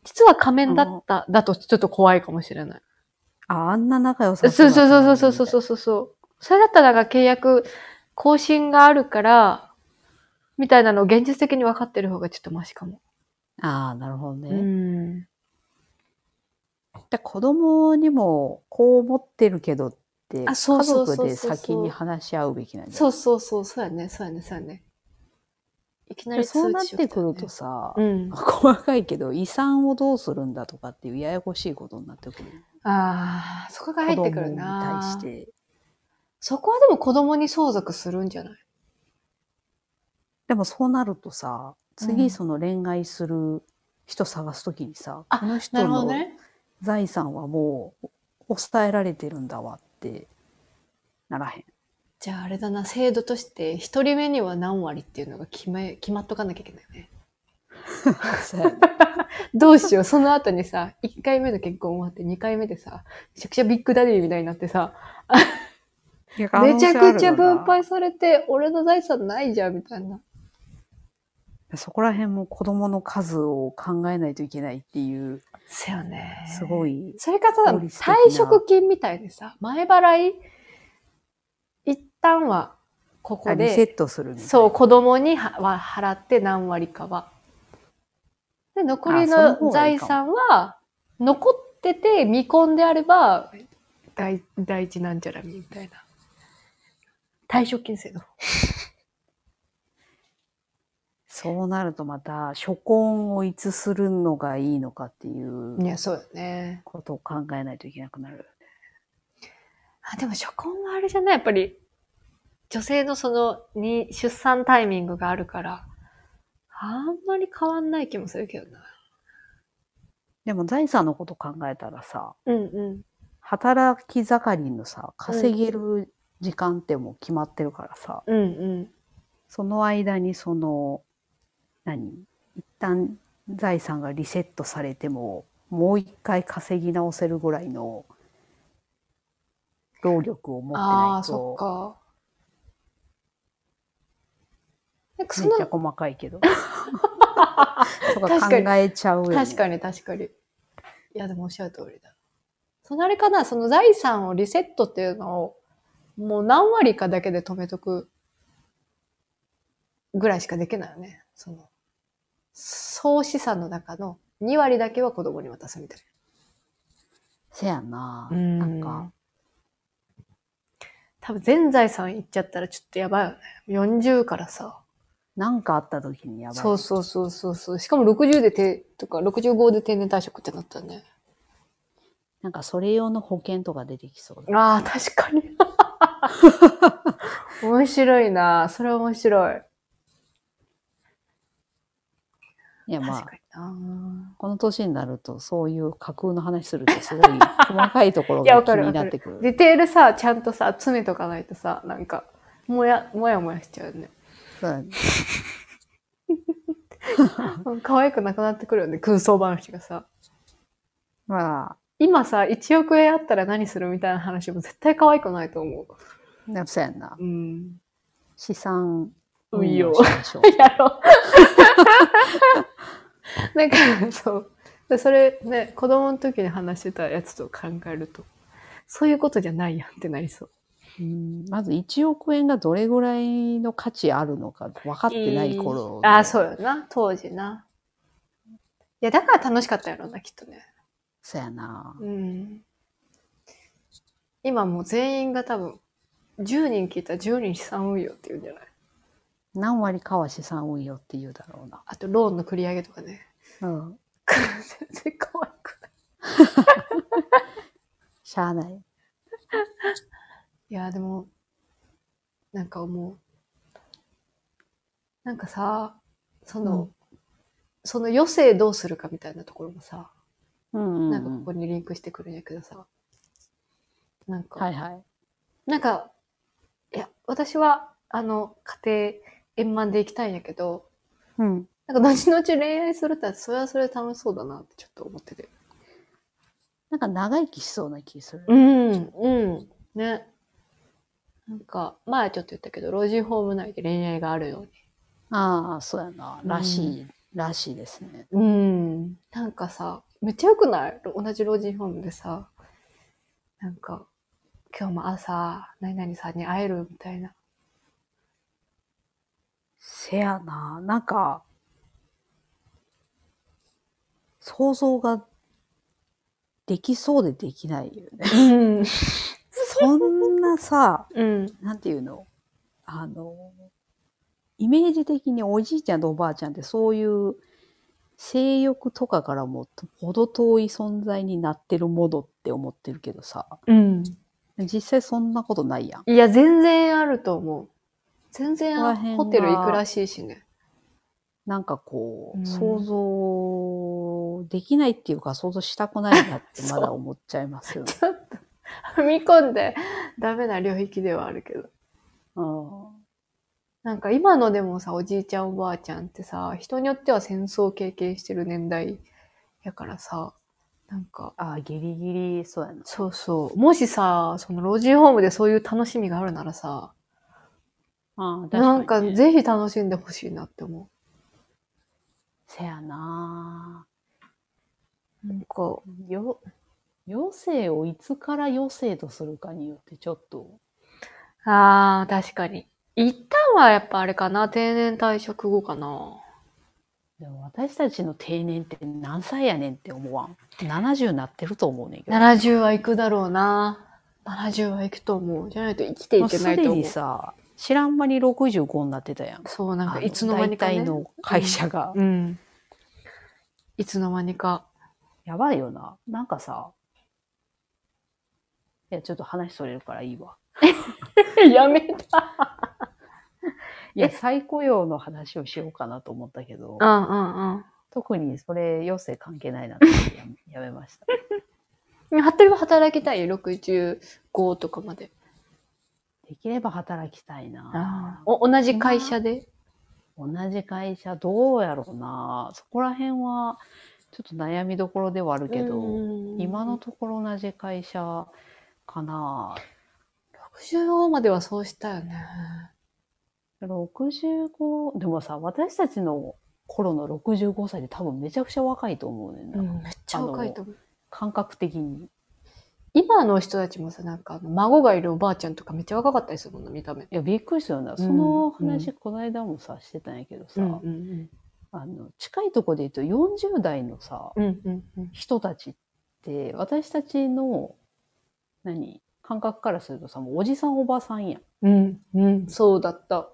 Speaker 1: 実は仮面だった、だとちょっと怖いかもしれない。
Speaker 2: あ、あんな仲良
Speaker 1: そ
Speaker 2: さ
Speaker 1: うそうそうそうそう
Speaker 2: う。
Speaker 1: そうそうそう。それだったらなんか契約更新があるから、みたいなのを現実的に分かってる方がちょっとマシかも。
Speaker 2: ああ、なるほどね。
Speaker 1: うん。
Speaker 2: で子供にもこう思ってるけどって、
Speaker 1: あそうそうそうそう
Speaker 2: 家族で先に話し合うべきなんじゃ
Speaker 1: そうそうそう、そうやね、そうやね、そうやね。いきな
Speaker 2: な
Speaker 1: り
Speaker 2: いでそうなっ
Speaker 1: 通知
Speaker 2: てくる
Speaker 1: 送
Speaker 2: と
Speaker 1: っ
Speaker 2: さ
Speaker 1: た、よね。うん。
Speaker 2: 細かいけど遺産をどうするんだとかっていうややこしいことになってくる。
Speaker 1: ああ、そこが入ってくるな。
Speaker 2: 子供に対して。
Speaker 1: そこはでも子供に相続するんじゃない
Speaker 2: でもそうなるとさ、
Speaker 1: う
Speaker 2: 次
Speaker 1: ん
Speaker 2: その恋愛する人探すときにさ、
Speaker 1: あ
Speaker 2: この人
Speaker 1: なるほど
Speaker 2: の
Speaker 1: ね。
Speaker 2: 財産はもう抑えられてるんだわってなら へん。
Speaker 1: じゃああれだな、制度として一人目には何割っていうのが決め、決まっとかなきゃいけないね。どうしよう、その後にさ、1回目の結婚終わって2回目でさ、めちゃくちゃビッグダディみたいになってさ、めちゃくちゃ分配されて、俺の財産ないじゃん、みたいな。
Speaker 2: そこら辺も子供の数を考えないといけないっていう、
Speaker 1: せよね
Speaker 2: すご。い、
Speaker 1: それかさ、
Speaker 2: 効率的な
Speaker 1: 退職金みたいでさ、前払い、一旦はここ
Speaker 2: リセ
Speaker 1: で、
Speaker 2: ットするみたいな
Speaker 1: そう、子供にはは払って何割かは。で、残り
Speaker 2: あその方
Speaker 1: の
Speaker 2: がいい
Speaker 1: 財
Speaker 2: か
Speaker 1: 産
Speaker 2: も
Speaker 1: は、残ってて未婚であれば、大大事なんじゃらみたいな。退職金制度。
Speaker 2: そうなるとまた、初婚をいつするのがいいのかっていう
Speaker 1: いや、そうよね。
Speaker 2: ことを考えないといけなくなる。
Speaker 1: あ、でも初婚はあれじゃないやっぱり、女性のその、に、出産タイミングがあるから、あんまり変わんない気もするけどな。
Speaker 2: でも財産のこと考えたらさ、
Speaker 1: うんうん。
Speaker 2: 働き盛りのさ、稼げる時間ってもう決まってるからさ、
Speaker 1: うんうん。
Speaker 2: その間にその、何一旦財産がリセットされても、もう一回稼ぎ直せるぐらいの労力を持って
Speaker 1: あ
Speaker 2: な
Speaker 1: あ、
Speaker 2: い
Speaker 1: そっ
Speaker 2: と、
Speaker 1: か。なんか
Speaker 2: め
Speaker 1: そ
Speaker 2: っ
Speaker 1: の
Speaker 2: ちゃ、細かいけど。とか
Speaker 1: 確
Speaker 2: 考
Speaker 1: かに
Speaker 2: えちゃうよ、ね。
Speaker 1: 確かに確かに。いや、でもおっしゃる通りだ。そのあれかな、その財産をリセットっていうのを、もう何割かだけで止めとくぐらいしかできないよね。その、総資産の中の2割だけは子供に渡すみたい
Speaker 2: せやな。
Speaker 1: な。
Speaker 2: なんか、
Speaker 1: 多分全財産いっちゃったらちょっとやばいよね。40からさ。
Speaker 2: なんかあった時にやばい。
Speaker 1: そうそうそうそうそう。しかも60で定、とか65で定年退職ってなったらね。
Speaker 2: なんかそれ用の保険とか出てきそうだ。
Speaker 1: ああ、確かに。 面白いな。それは面白い。
Speaker 2: いや、まあ
Speaker 1: 確、かにな。
Speaker 2: この年になるとそういう架空の話するとすごい細かいところ
Speaker 1: いや
Speaker 2: が
Speaker 1: わ
Speaker 2: 気
Speaker 1: かる
Speaker 2: になってくる。
Speaker 1: ディテールさ、ちゃんとさ、詰めとかないとさ、なんか、もや、もやもやしちゃうね。
Speaker 2: そう
Speaker 1: うん可愛くなくなってくるよね、空想話がさ。
Speaker 2: ま
Speaker 1: 今さ、1億円あったら何するみたいな話も絶対可愛くないと思
Speaker 2: あ、やっぱそうやんな
Speaker 1: う。。うん。
Speaker 2: 資産
Speaker 1: 運用
Speaker 2: しましょう。
Speaker 1: やろ う。なんか、そう。でそれね、子供の時に話してたやつと考えると、そういうことじゃないやんってなりそう。
Speaker 2: うんまず1億円がどれぐらいの価値あるのか分かってない頃。
Speaker 1: ああ、そううよな。当時な。いや、だから楽しかったやろな、きっとね。
Speaker 2: そうやな
Speaker 1: う。ん。今もう全員が多分、10人聞いたら10人資産運用って言うんじゃない
Speaker 2: 何割かは資産運用って言うだろうな。
Speaker 1: あと、ローンの繰り上げとかね。
Speaker 2: うん。
Speaker 1: 全然可愛くない。
Speaker 2: しゃあない。
Speaker 1: いや、でも、なんか思う。なんかさ、その、
Speaker 2: う
Speaker 1: その余生どうするかみたいなところもさ、
Speaker 2: うんうん、うん。
Speaker 1: なんかここにリンクしてくるんやけどさ、なんか、
Speaker 2: はいはい。
Speaker 1: なんか、いや、私は、あの、家庭円満でいきたいんやけど、
Speaker 2: うん。
Speaker 1: なんか後々恋愛するってそれはそれで楽しそうだなってちょっと思ってて。
Speaker 2: なんか長生きしそうな気する。
Speaker 1: うん、うん、ね。なんか、前ちょっと言ったけど、老人ホーム内で恋愛があるように。
Speaker 2: ああ、そうやな。らしい、
Speaker 1: う
Speaker 2: らしいですね。
Speaker 1: うん。なんかさ、めっちゃ良くない同じ老人ホームでさ、なんか、今日も朝、何々さんに会えるみたいな。
Speaker 2: せやな。なんか、想像ができそうでできないよね。
Speaker 1: うん。
Speaker 2: そんなさ、
Speaker 1: うん。
Speaker 2: なんていうのあの、イメージ的におじいちゃんとおばあちゃんってそういう性欲とかからもほど遠い存在になってるものって思ってるけどさ、
Speaker 1: うん。
Speaker 2: 実際そんなことないやん。
Speaker 1: いや、全然あると思う。全然
Speaker 2: ここら辺が
Speaker 1: ホテル行くらしいしね。
Speaker 2: なんかこう、
Speaker 1: うん
Speaker 2: 想像できないっていうか想像したくないなって まだ思っ ちゃいますよね。
Speaker 1: ちょっと踏み込んでダメな領域ではあるけど。
Speaker 2: うん
Speaker 1: なんか今のでもさ、おじいちゃんおばあちゃんってさ、人によっては戦争を経験してる年代やからさ、なんか、
Speaker 2: ああ、ギリギリ、そうやな。
Speaker 1: そうそう。もしさ、その老人ホームでそういう楽しみがあるならさ、
Speaker 2: ああ、確かに、ね。
Speaker 1: なんかぜひ楽しんでほしいなって思
Speaker 2: せやな
Speaker 1: う。なんか、
Speaker 2: あよ、余生をいつから余生とするかによってちょっと、
Speaker 1: あー、確かに。一旦はやっぱあれかな、定年退職後かな。
Speaker 2: でも私たちの定年って何歳やねんって思わん。70なってると思うねんけど。
Speaker 1: 70は行くだろうな。70は行くと思う。じゃないと生きて
Speaker 2: も
Speaker 1: いうけ
Speaker 2: す
Speaker 1: ない
Speaker 2: で
Speaker 1: と思う。
Speaker 2: にさ、知らん間に65になってたやん。
Speaker 1: そう、なん
Speaker 2: あ
Speaker 1: か
Speaker 2: の
Speaker 1: いつの間にか、ね。
Speaker 2: 大体の会社が。
Speaker 1: うん。いつの間にか。
Speaker 2: やばいよな。なんかさ、いや、ちょっと話それるからいいわ。
Speaker 1: やめた。
Speaker 2: いや、再雇用の話をしようかなと思ったけど
Speaker 1: う、んうんうん。
Speaker 2: 特にそれ、余生関係ないなってやめやめました。
Speaker 1: 服部は働きたいよ、65とかまで。
Speaker 2: できれば働きたいな。
Speaker 1: お同じ会社で。
Speaker 2: 同じ会社、どうやろうな。そこら辺は、ちょっと悩みどころではあるけど、
Speaker 1: うん
Speaker 2: 今のところ同じ会社かな。
Speaker 1: 65まではそうしたよね。
Speaker 2: 65、でもさ、私たちの頃の65歳で多分めちゃくちゃ若いと思うねんな。
Speaker 1: めっちゃ若いと思う。
Speaker 2: 感覚的に。
Speaker 1: 今の人たちもさ、なんかあの、孫がいるおばあちゃんとかめっちゃ若かったりするもんな、見た目。
Speaker 2: いや、びっくりしたよな。その
Speaker 1: う
Speaker 2: 話、この間もさ、してたんやけどさ、
Speaker 1: ん
Speaker 2: あの、近いとこで言うと40代のさ、
Speaker 1: うん。うんうんうん。
Speaker 2: 人たちって、私たちの、何感覚からするとさ、もうおじさんおばさんやん。
Speaker 1: うん、うん、そうだった。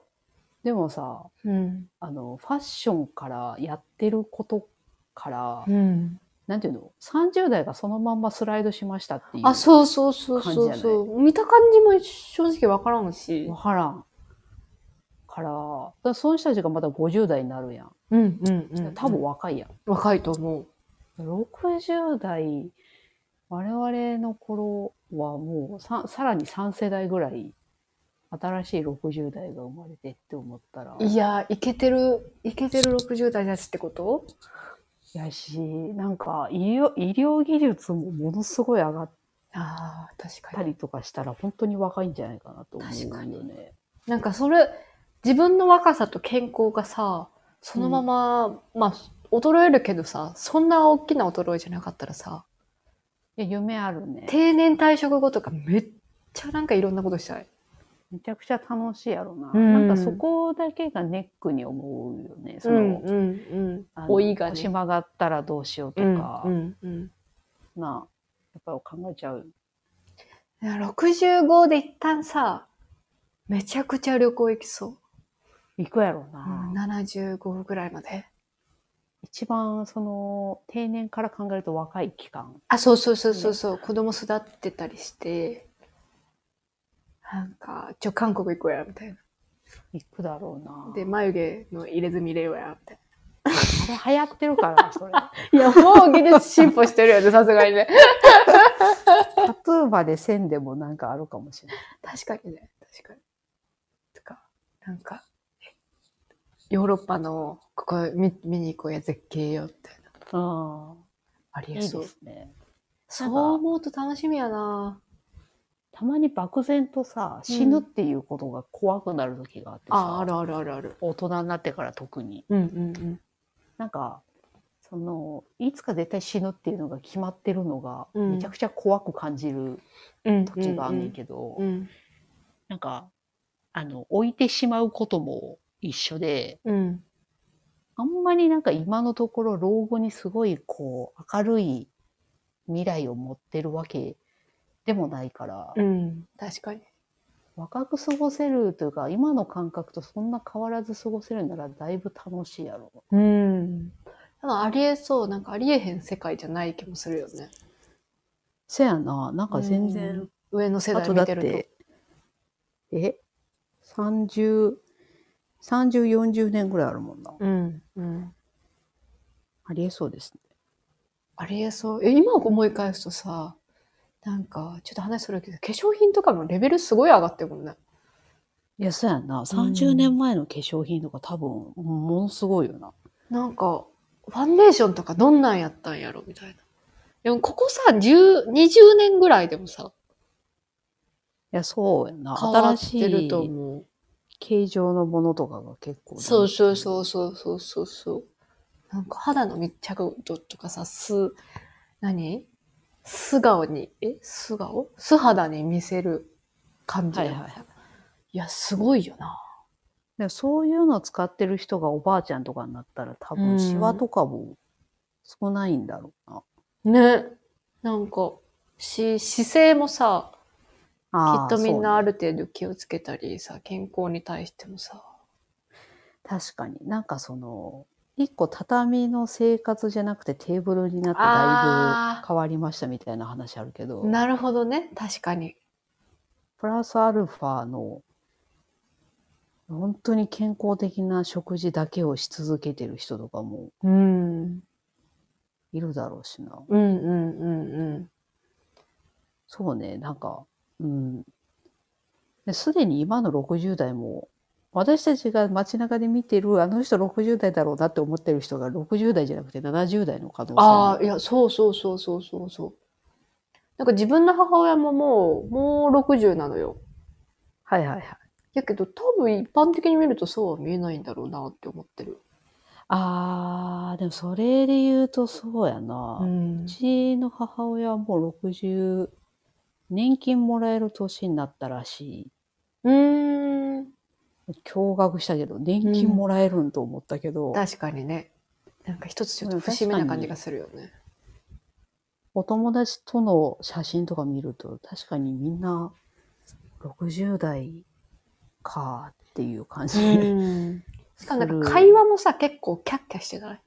Speaker 2: でもさ、
Speaker 1: うん。
Speaker 2: あの、ファッションからやってることから、
Speaker 1: うん。
Speaker 2: なんていうの ?30 代がそのまんまスライドしましたっていう。
Speaker 1: あ、そうそうそう
Speaker 2: 感じ
Speaker 1: そ
Speaker 2: や
Speaker 1: う
Speaker 2: ね
Speaker 1: そう。見た感じも正直わからんし
Speaker 2: わ。からん。から、だからその人たちがまだ50代になるやん。
Speaker 1: うんうんうん。
Speaker 2: 多分若いやん。
Speaker 1: 若いと思う。
Speaker 2: 60代、我々の頃はもうささらに3世代ぐらい、新しい60代が生まれてって思ったら、
Speaker 1: いやー、いけてる、いけてる60代たちってこと
Speaker 2: やし、なんか医療医療技術もものすごい上がっ
Speaker 1: ああ、確か
Speaker 2: た
Speaker 1: に。
Speaker 2: りとかしたら、本当に若いんじゃないかなと思
Speaker 1: 確か
Speaker 2: うよ
Speaker 1: に
Speaker 2: ね。
Speaker 1: なんかそれ、自分の若さと健康がさ、そのまま、まあ、衰えるけどさ、そんな大きな衰えじゃなかったらさ、
Speaker 2: いや、夢あるね。
Speaker 1: 定年退職後とかめっちゃなんかいろんなことしたい。
Speaker 2: めちゃくちゃ楽しいやろな。
Speaker 1: うん
Speaker 2: なんかそこだけがネックに思うよね。その、
Speaker 1: うん
Speaker 2: あの
Speaker 1: 老いが
Speaker 2: 腰
Speaker 1: ね。
Speaker 2: 曲がったらどうしようと
Speaker 1: うん
Speaker 2: か、
Speaker 1: うんうん。
Speaker 2: な、やっぱり考えちゃう。
Speaker 1: いや65で一旦さ、めちゃくちゃ旅行行きそう。
Speaker 2: 行くやろう
Speaker 1: う
Speaker 2: な。
Speaker 1: ん、75ぐらいまで。
Speaker 2: 一番、その、定年から考えると若い期間。
Speaker 1: あ、そうそうそうそうそう、子供育ってたりして、なんか、ちょ、韓国行こうや、みたい
Speaker 2: 行くだろうな
Speaker 1: な。。で、眉毛の入れ墨入れようや、みたい
Speaker 2: あれ流行ってるから な、それ。
Speaker 1: な。いや、もう技術進歩してる よね、さすがにね。
Speaker 2: タトゥーまでせんでもなんかあるかもしれない。
Speaker 1: 確かにね、確かに。とか、なんか、ヨーロッパの、ここ見見に行こうや、絶景よ、みたいな。
Speaker 2: うん。
Speaker 1: あり
Speaker 2: いい
Speaker 1: え
Speaker 2: です
Speaker 1: そう。
Speaker 2: ね。
Speaker 1: そう思うと楽しみやな
Speaker 2: たまに漠然とさ、死ぬっていうことが怖くなる時があってさ、
Speaker 1: あ、あるあるあるある。
Speaker 2: 大人になってから特に。
Speaker 1: うんうんうん。
Speaker 2: なんか、その、いつか絶対死ぬっていうのが決まってるのが、
Speaker 1: うん
Speaker 2: めちゃくちゃ怖く感じる
Speaker 1: うん
Speaker 2: 時があんねんけど、
Speaker 1: うん
Speaker 2: なんか、あの、置いてしまうことも一緒で、
Speaker 1: うん
Speaker 2: あんまりなんか今のところ老後にすごいこう明るい未来を持ってるわけでもないから、
Speaker 1: うん確かに
Speaker 2: 若く過ごせるというか今の感覚とそんな変わらず過ごせるならだいぶ楽しいやろ
Speaker 1: うんなんかありえそうなんかありえへん世界じゃない気もするよね
Speaker 2: せやな、なんか全
Speaker 1: う
Speaker 2: 然、
Speaker 1: ん上の世
Speaker 2: あ
Speaker 1: 代
Speaker 2: とだ
Speaker 1: 見
Speaker 2: って
Speaker 1: る
Speaker 2: て、え ?30、30、40年ぐらいあるもんな。
Speaker 1: とうんうん
Speaker 2: ありえそうですね。
Speaker 1: ありえそうえ今思い返すとさなんかちょっと話するけど化粧品とかのレベルすごい上がってるもんね
Speaker 2: いや、そうやな。30年前の化粧品とか多分、ものすごいよな。
Speaker 1: なんかファンデーションとかどんなんやったんやろみたいなでもここさ10 20年ぐらいでもさ
Speaker 2: いや、そうやな。
Speaker 1: 変わ
Speaker 2: 新
Speaker 1: っ
Speaker 2: して
Speaker 1: ると
Speaker 2: い
Speaker 1: 思う
Speaker 2: 形状のものとかが結構。
Speaker 1: そうそうそうそうそうそうそう。なんか肌の密着度とかさ、す、何素顔に、え素顔素肌に見せる感じ
Speaker 2: は
Speaker 1: だ
Speaker 2: い
Speaker 1: よね、
Speaker 2: はいはい
Speaker 1: いや、すごいよな。
Speaker 2: でそういうのを使ってる人がおばあちゃんとかになったら多
Speaker 1: うん
Speaker 2: 分シワとかも少ないんだろうな。
Speaker 1: ね。なんか、し、姿勢もさ、きっ
Speaker 2: あー
Speaker 1: とみんなあ
Speaker 2: そうね
Speaker 1: る程度気をつけたりさ、健康に対してもさ。
Speaker 2: 確かになんかその、一個畳の生活じゃなくてテーブルになってだい
Speaker 1: あー
Speaker 2: ぶ変わりましたみたいな話あるけど、
Speaker 1: なるほどね。確かに。
Speaker 2: プラスアルファの本当に健康的な食事だけをし続けてる人とかも
Speaker 1: うん。
Speaker 2: いるだろうしな。
Speaker 1: うんうんうんうん。
Speaker 2: そうね、なんか、うん。ですでに今の60代も、私たちが街中で見てる、あの人60代だろうなって思ってる人が60代じゃなくて70代の可能性
Speaker 1: ああ、い
Speaker 2: も
Speaker 1: や、そうそうそうそうそうそう。なんか自分の母親ももう、もう60なのよ。
Speaker 2: はいはいはい。
Speaker 1: やけど多分一般的に見るとそうは見えないんだろうなって思ってる。
Speaker 2: ああ、でもそれで言うとそうやな。
Speaker 1: う。
Speaker 2: うんちの母親はもう60、年金もらえる年になったらし
Speaker 1: うーん。
Speaker 2: い。驚愕したけど、年金もらえるんと思ったけど、
Speaker 1: 確かにね。なんか一つちょっと節目な感じがするよね。
Speaker 2: お友達との写真とか見ると、確かにみんな60代かっていう感じ。
Speaker 1: うん。しかもなんか会話もさ、結構キャッキャしてない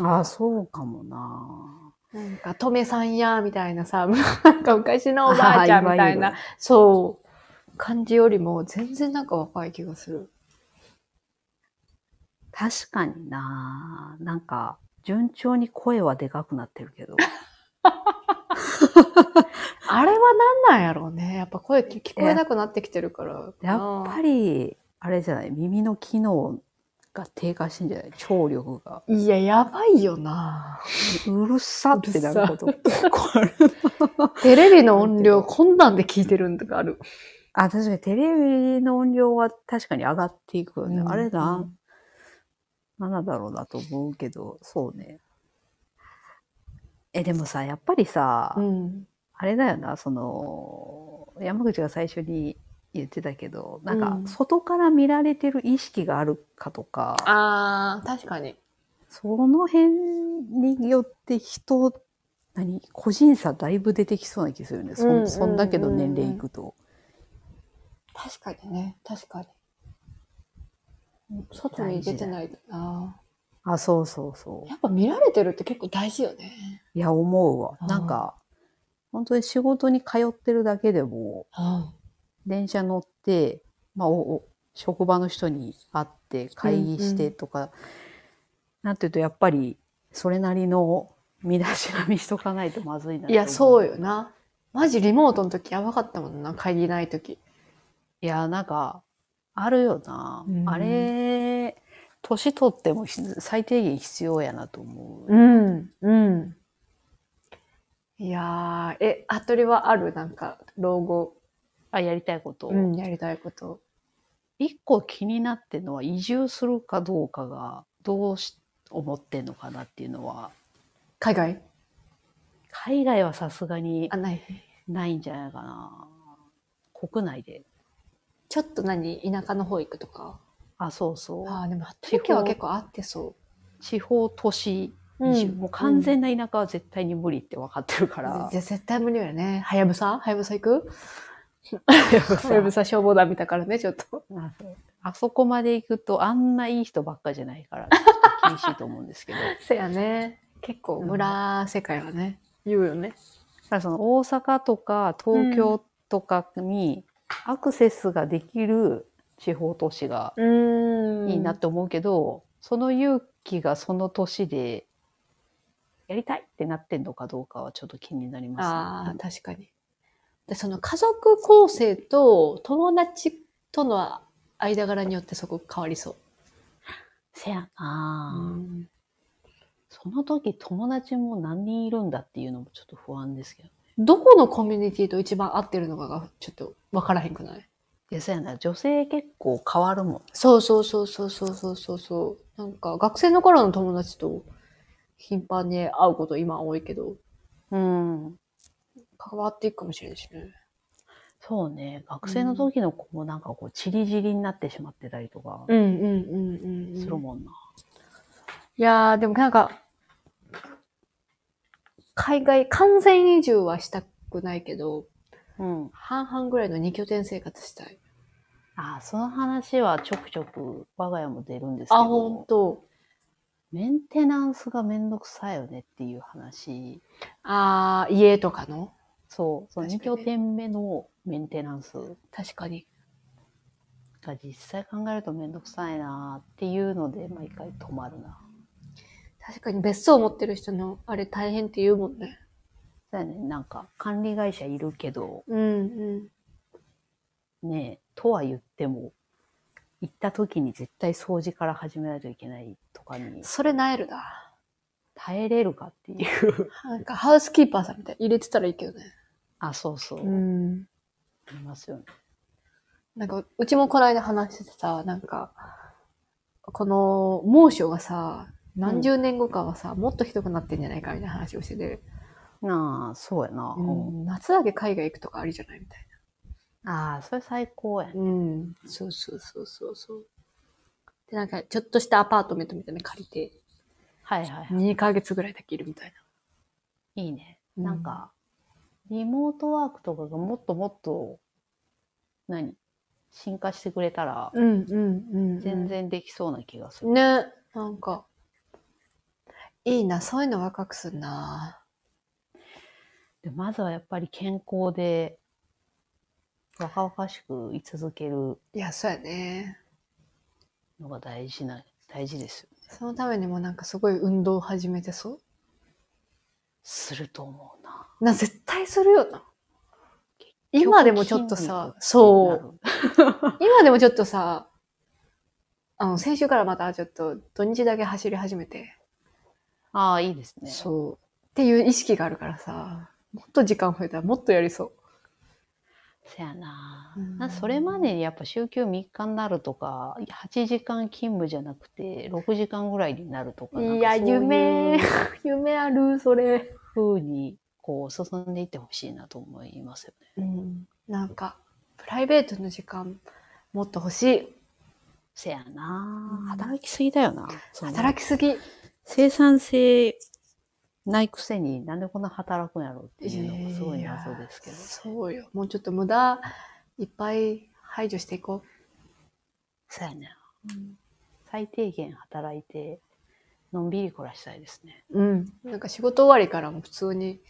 Speaker 2: ああ、そうかもな。
Speaker 1: なんか、とめさんや、みたいなさ、 なんか昔のおばあちゃんみたい
Speaker 2: あー
Speaker 1: な、そう、感じよりも全然なんか若い気がする。
Speaker 2: 確かにな。なんか、順調に声はでかくなってる けど。
Speaker 1: あれは何なんやろうね。やっぱ声聞聞こえなくなってきてるから。
Speaker 2: やっぱり、あれじゃない耳の機能が低下してんじゃない聴力が。
Speaker 1: り。いや、やばいよな。
Speaker 2: うるさってなること。これ
Speaker 1: テレビの音量、こんなんで聞いてるんとかある。
Speaker 2: あ、確かにテレビの音量は確かに上がっていくよね。あれな、
Speaker 1: うん
Speaker 2: なんだろうなと思うけど、そうね。え、でもさ、やっぱりさ、
Speaker 1: うん。
Speaker 2: あれだよな、その、山口が最初に言ってたけど、なんか
Speaker 1: う、ん
Speaker 2: 外から見られてる意識があるかとか、
Speaker 1: あー、確かに。
Speaker 2: その辺によって人何個人差だいぶ出てきそうな気するよね。
Speaker 1: うん
Speaker 2: そ
Speaker 1: うんうんん
Speaker 2: そんだけど年齢いくと。
Speaker 1: 確かにね、確かに。外に出てないとな。
Speaker 2: あ、そうそうそう。
Speaker 1: やっぱ見られてるって結構大事よね。
Speaker 2: いや、思うわ。
Speaker 1: うん
Speaker 2: なんか、本当に仕事に通ってるだけでも、
Speaker 1: うん。
Speaker 2: 電車乗って、まあ、おお職場の人に会って会議してとか、なんていうと、やっぱり、それなりの身だしなみしとかないとまずいなと思。
Speaker 1: いや、そうよな。マジリモートの時やばかったもんな、会議ない時。
Speaker 2: いや、なんか、あるよな。
Speaker 1: うん
Speaker 2: あれ、年取ってもひ最低限必要やなと思う。
Speaker 1: ん、うん。いやー、え、アトリはあるなんか、老後、
Speaker 2: あ、やりたいこと。
Speaker 1: うん、やりたいこと。
Speaker 2: 一個気になってるのは移住するかどうかがどうし思ってんのかなっていうのは
Speaker 1: 海外
Speaker 2: 海外はさすがに
Speaker 1: あ、ない。
Speaker 2: ないんじゃないかな国内で
Speaker 1: ちょっと何田舎の方行くとか。
Speaker 2: あそうそう
Speaker 1: ああ、でも、働きは結構あってそ
Speaker 2: 地方都市
Speaker 1: う。
Speaker 2: 移住、もう完全な田舎は絶対に無理って分かってるから、
Speaker 1: じゃ絶対無理よね。はやぶさはやぶさ行く
Speaker 2: やっぱさ
Speaker 1: はやぶさ消防団見たからね、ちょっと。
Speaker 2: あそうあそこまで行くとあんないい人ばっかじゃないから厳しいと思うん ですけどだ
Speaker 1: せやね。結構村世界はね、言うよね。
Speaker 2: からその大阪とか東京とかにアクセスができる地方都市が
Speaker 1: うん
Speaker 2: いいなって思うけど、その勇気がその年でやりたいってなってんのかどうかはちょっと気になります
Speaker 1: あ
Speaker 2: ね
Speaker 1: あ、。確かに。で、その家族構成と友達との間柄によってそこ変わりそう。
Speaker 2: せやなあ、その時友達も何人いるんだっていうのもちょっと不安ですけど。
Speaker 1: どこのコミュニティと一番合ってるのかがちょっと分からへんくない
Speaker 2: いや、そうやな。女性結構変わるもん。
Speaker 1: そうそうそうそうそうそうそうそう。なんか学生の頃の友達と頻繁に会うこと今多いけど、
Speaker 2: うん。
Speaker 1: 関わっていくかもしれないしね。
Speaker 2: そうね。学生の時の子もなんかこう、チリジリになってしまってたりとか
Speaker 1: うんうんうん
Speaker 2: するもんな。
Speaker 1: いやー、でもなんか、海外、完全移住はしたくないけど、
Speaker 2: うん。
Speaker 1: 半々ぐらいの二拠点生活したい。
Speaker 2: ああ、その話はちょくちょく我が家も出るんですけど。
Speaker 1: あ、ほんと。
Speaker 2: メンテナンスがめんどくさいよねっていう話。
Speaker 1: あー、家とかの
Speaker 2: そう、その
Speaker 1: 確
Speaker 2: 2
Speaker 1: かに
Speaker 2: 拠点目のメンテナンス
Speaker 1: 確かに。
Speaker 2: が実際考えるとめんどくさいなっていうので、毎回止まるな。
Speaker 1: 確かに別荘を持ってる人のあれ大変って言うもんね。
Speaker 2: そうやね、なんか管理会社いるけど、
Speaker 1: うんうん。
Speaker 2: ねえ、とは言っても、行った時に絶対掃除から始めないといけないとかに
Speaker 1: それなえるな。
Speaker 2: 耐えれるかっていう。
Speaker 1: なんかハウスキーパーさんみたいに入れてたらいいけどね。
Speaker 2: あ、そうそう、い
Speaker 1: ん。
Speaker 2: ますよね。
Speaker 1: なんか、うちもこの間話しててさ、なんか、この猛暑がさ、何十年後かはさ、もっとひどくなってんじゃないかみたいな話をしてて、
Speaker 2: なあ、そうやな。うん
Speaker 1: うん夏だけ海外行くとかありじゃないみたい
Speaker 2: ああ、それ最高やね
Speaker 1: な。うん。そうそうそうそうそう。で、なんか、ちょっとしたアパートメントみたいなの借りて、
Speaker 2: はいはいはい。
Speaker 1: 2ヶ月ぐらいだけいるみたい
Speaker 2: いいね。
Speaker 1: うん
Speaker 2: なんか、リモートワークとかがもっともっと、何進化してくれた
Speaker 1: な。
Speaker 2: ら、
Speaker 1: うんうんうん
Speaker 2: 全。然できそうな気がする。
Speaker 1: ね、なんか、いいな、そういうのワクワクすんな。
Speaker 2: でまずはやっぱり健康で、若々しく居続ける
Speaker 1: いや、そうやね。
Speaker 2: のが大事な、大事ですよ。
Speaker 1: そのためにもなんかすごい運動を始めてそ
Speaker 2: すると思うな。
Speaker 1: うな、絶対するよな。今でもちょっとさ、 そう。
Speaker 2: う。
Speaker 1: 今でもちょっとさ、あの、先週からまたちょっと土日だけ走り始めて、
Speaker 2: ああ、いいですね。
Speaker 1: そう。っていう意識があるからさ、もっと時間増えたらもっとやりそ
Speaker 2: せやな。
Speaker 1: うん
Speaker 2: なそれまでにやっぱ週休3日になるとか、8時間勤務じゃなくて、6時間ぐらいになるとか、
Speaker 1: う。
Speaker 2: なん
Speaker 1: い
Speaker 2: か
Speaker 1: や、
Speaker 2: そういう
Speaker 1: 夢、 夢ある、それ。
Speaker 2: 風に、こう、進んでいってほしいなと思いますよね。
Speaker 1: うん。なんか、プライベートの時間もっと欲しい。
Speaker 2: せやな
Speaker 1: うん
Speaker 2: 働きすぎだよな。その
Speaker 1: 働きすぎ。
Speaker 2: 生産性ないくせになんでこんな働くんやろっていうのがすごい謎ですけど
Speaker 1: いやーそうよ。もうちょっと無駄いっぱい排除していこ
Speaker 2: そうやね
Speaker 1: う。
Speaker 2: 最低限働いてのんびり暮らしたいですね
Speaker 1: うん。なんか仕事終わりからも普通に、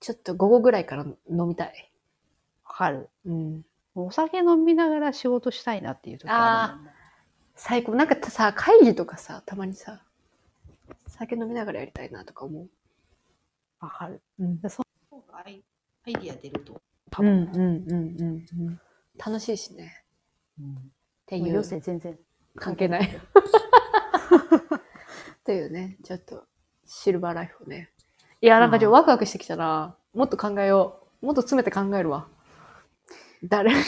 Speaker 1: ちょっと午後ぐらいから飲みたい。
Speaker 2: わかる
Speaker 1: うん。
Speaker 2: お酒飲みながら仕事したいなっていう時あるもんね
Speaker 1: 最高。なんかたさ、会議とかさ、たまにさ、酒飲みながらやりたいなとか思
Speaker 2: わかる
Speaker 1: う。うん。
Speaker 2: 方がアイアイディア出ると多
Speaker 1: うん
Speaker 2: 分、
Speaker 1: うんうんうんうん。楽しいしね。
Speaker 2: うん
Speaker 1: って
Speaker 2: も
Speaker 1: いうう
Speaker 2: 余。生全然
Speaker 1: 関係ない。っていうね、ちょっと、シルバーライフをね。いや、なんかちょっと
Speaker 2: あ
Speaker 1: ワクワクしてきたな。もっと考えよう。もっと詰めて考えるわ。誰に。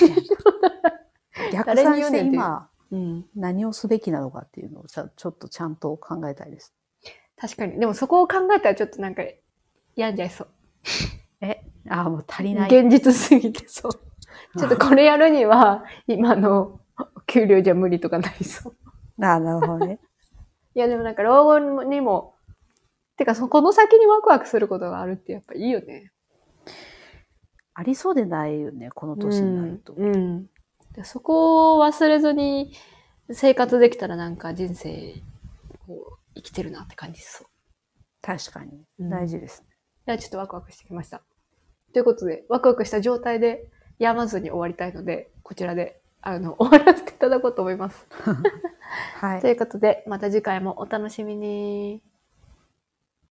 Speaker 2: 逆
Speaker 1: 誰に
Speaker 2: 算
Speaker 1: 言う
Speaker 2: し
Speaker 1: ね
Speaker 2: て
Speaker 1: んっていう
Speaker 2: 今
Speaker 1: うん。
Speaker 2: 何をすべきなのかっていうのをちゃちょっとちゃんと考えたいです
Speaker 1: 確かに。でもそこを考えたらちょっとなんか、病んじゃいそう。
Speaker 2: えああもう足りない
Speaker 1: 現実すぎてそう。ちょっとこれやるには、今のお給料じゃ無理とかなりそう。
Speaker 2: ああなるほどね
Speaker 1: いや、でもなんか老後にも、てか、そこの先にワクワクすることがあるってやっぱいいよね。
Speaker 2: ありそうでないよねこの年になると、
Speaker 1: うんうんでそこを忘れずに生活できたらなんか人生こう生きてるなって感じそう。
Speaker 2: 確かに
Speaker 1: うん
Speaker 2: 大事ですね、
Speaker 1: いや、ちょっとワクワクしてきました。ということで、ワクワクした状態で病まずに終わりたいので、こちらであの 終わらせていただこうと思います。
Speaker 2: は
Speaker 1: ということで、また次回もお楽しみに。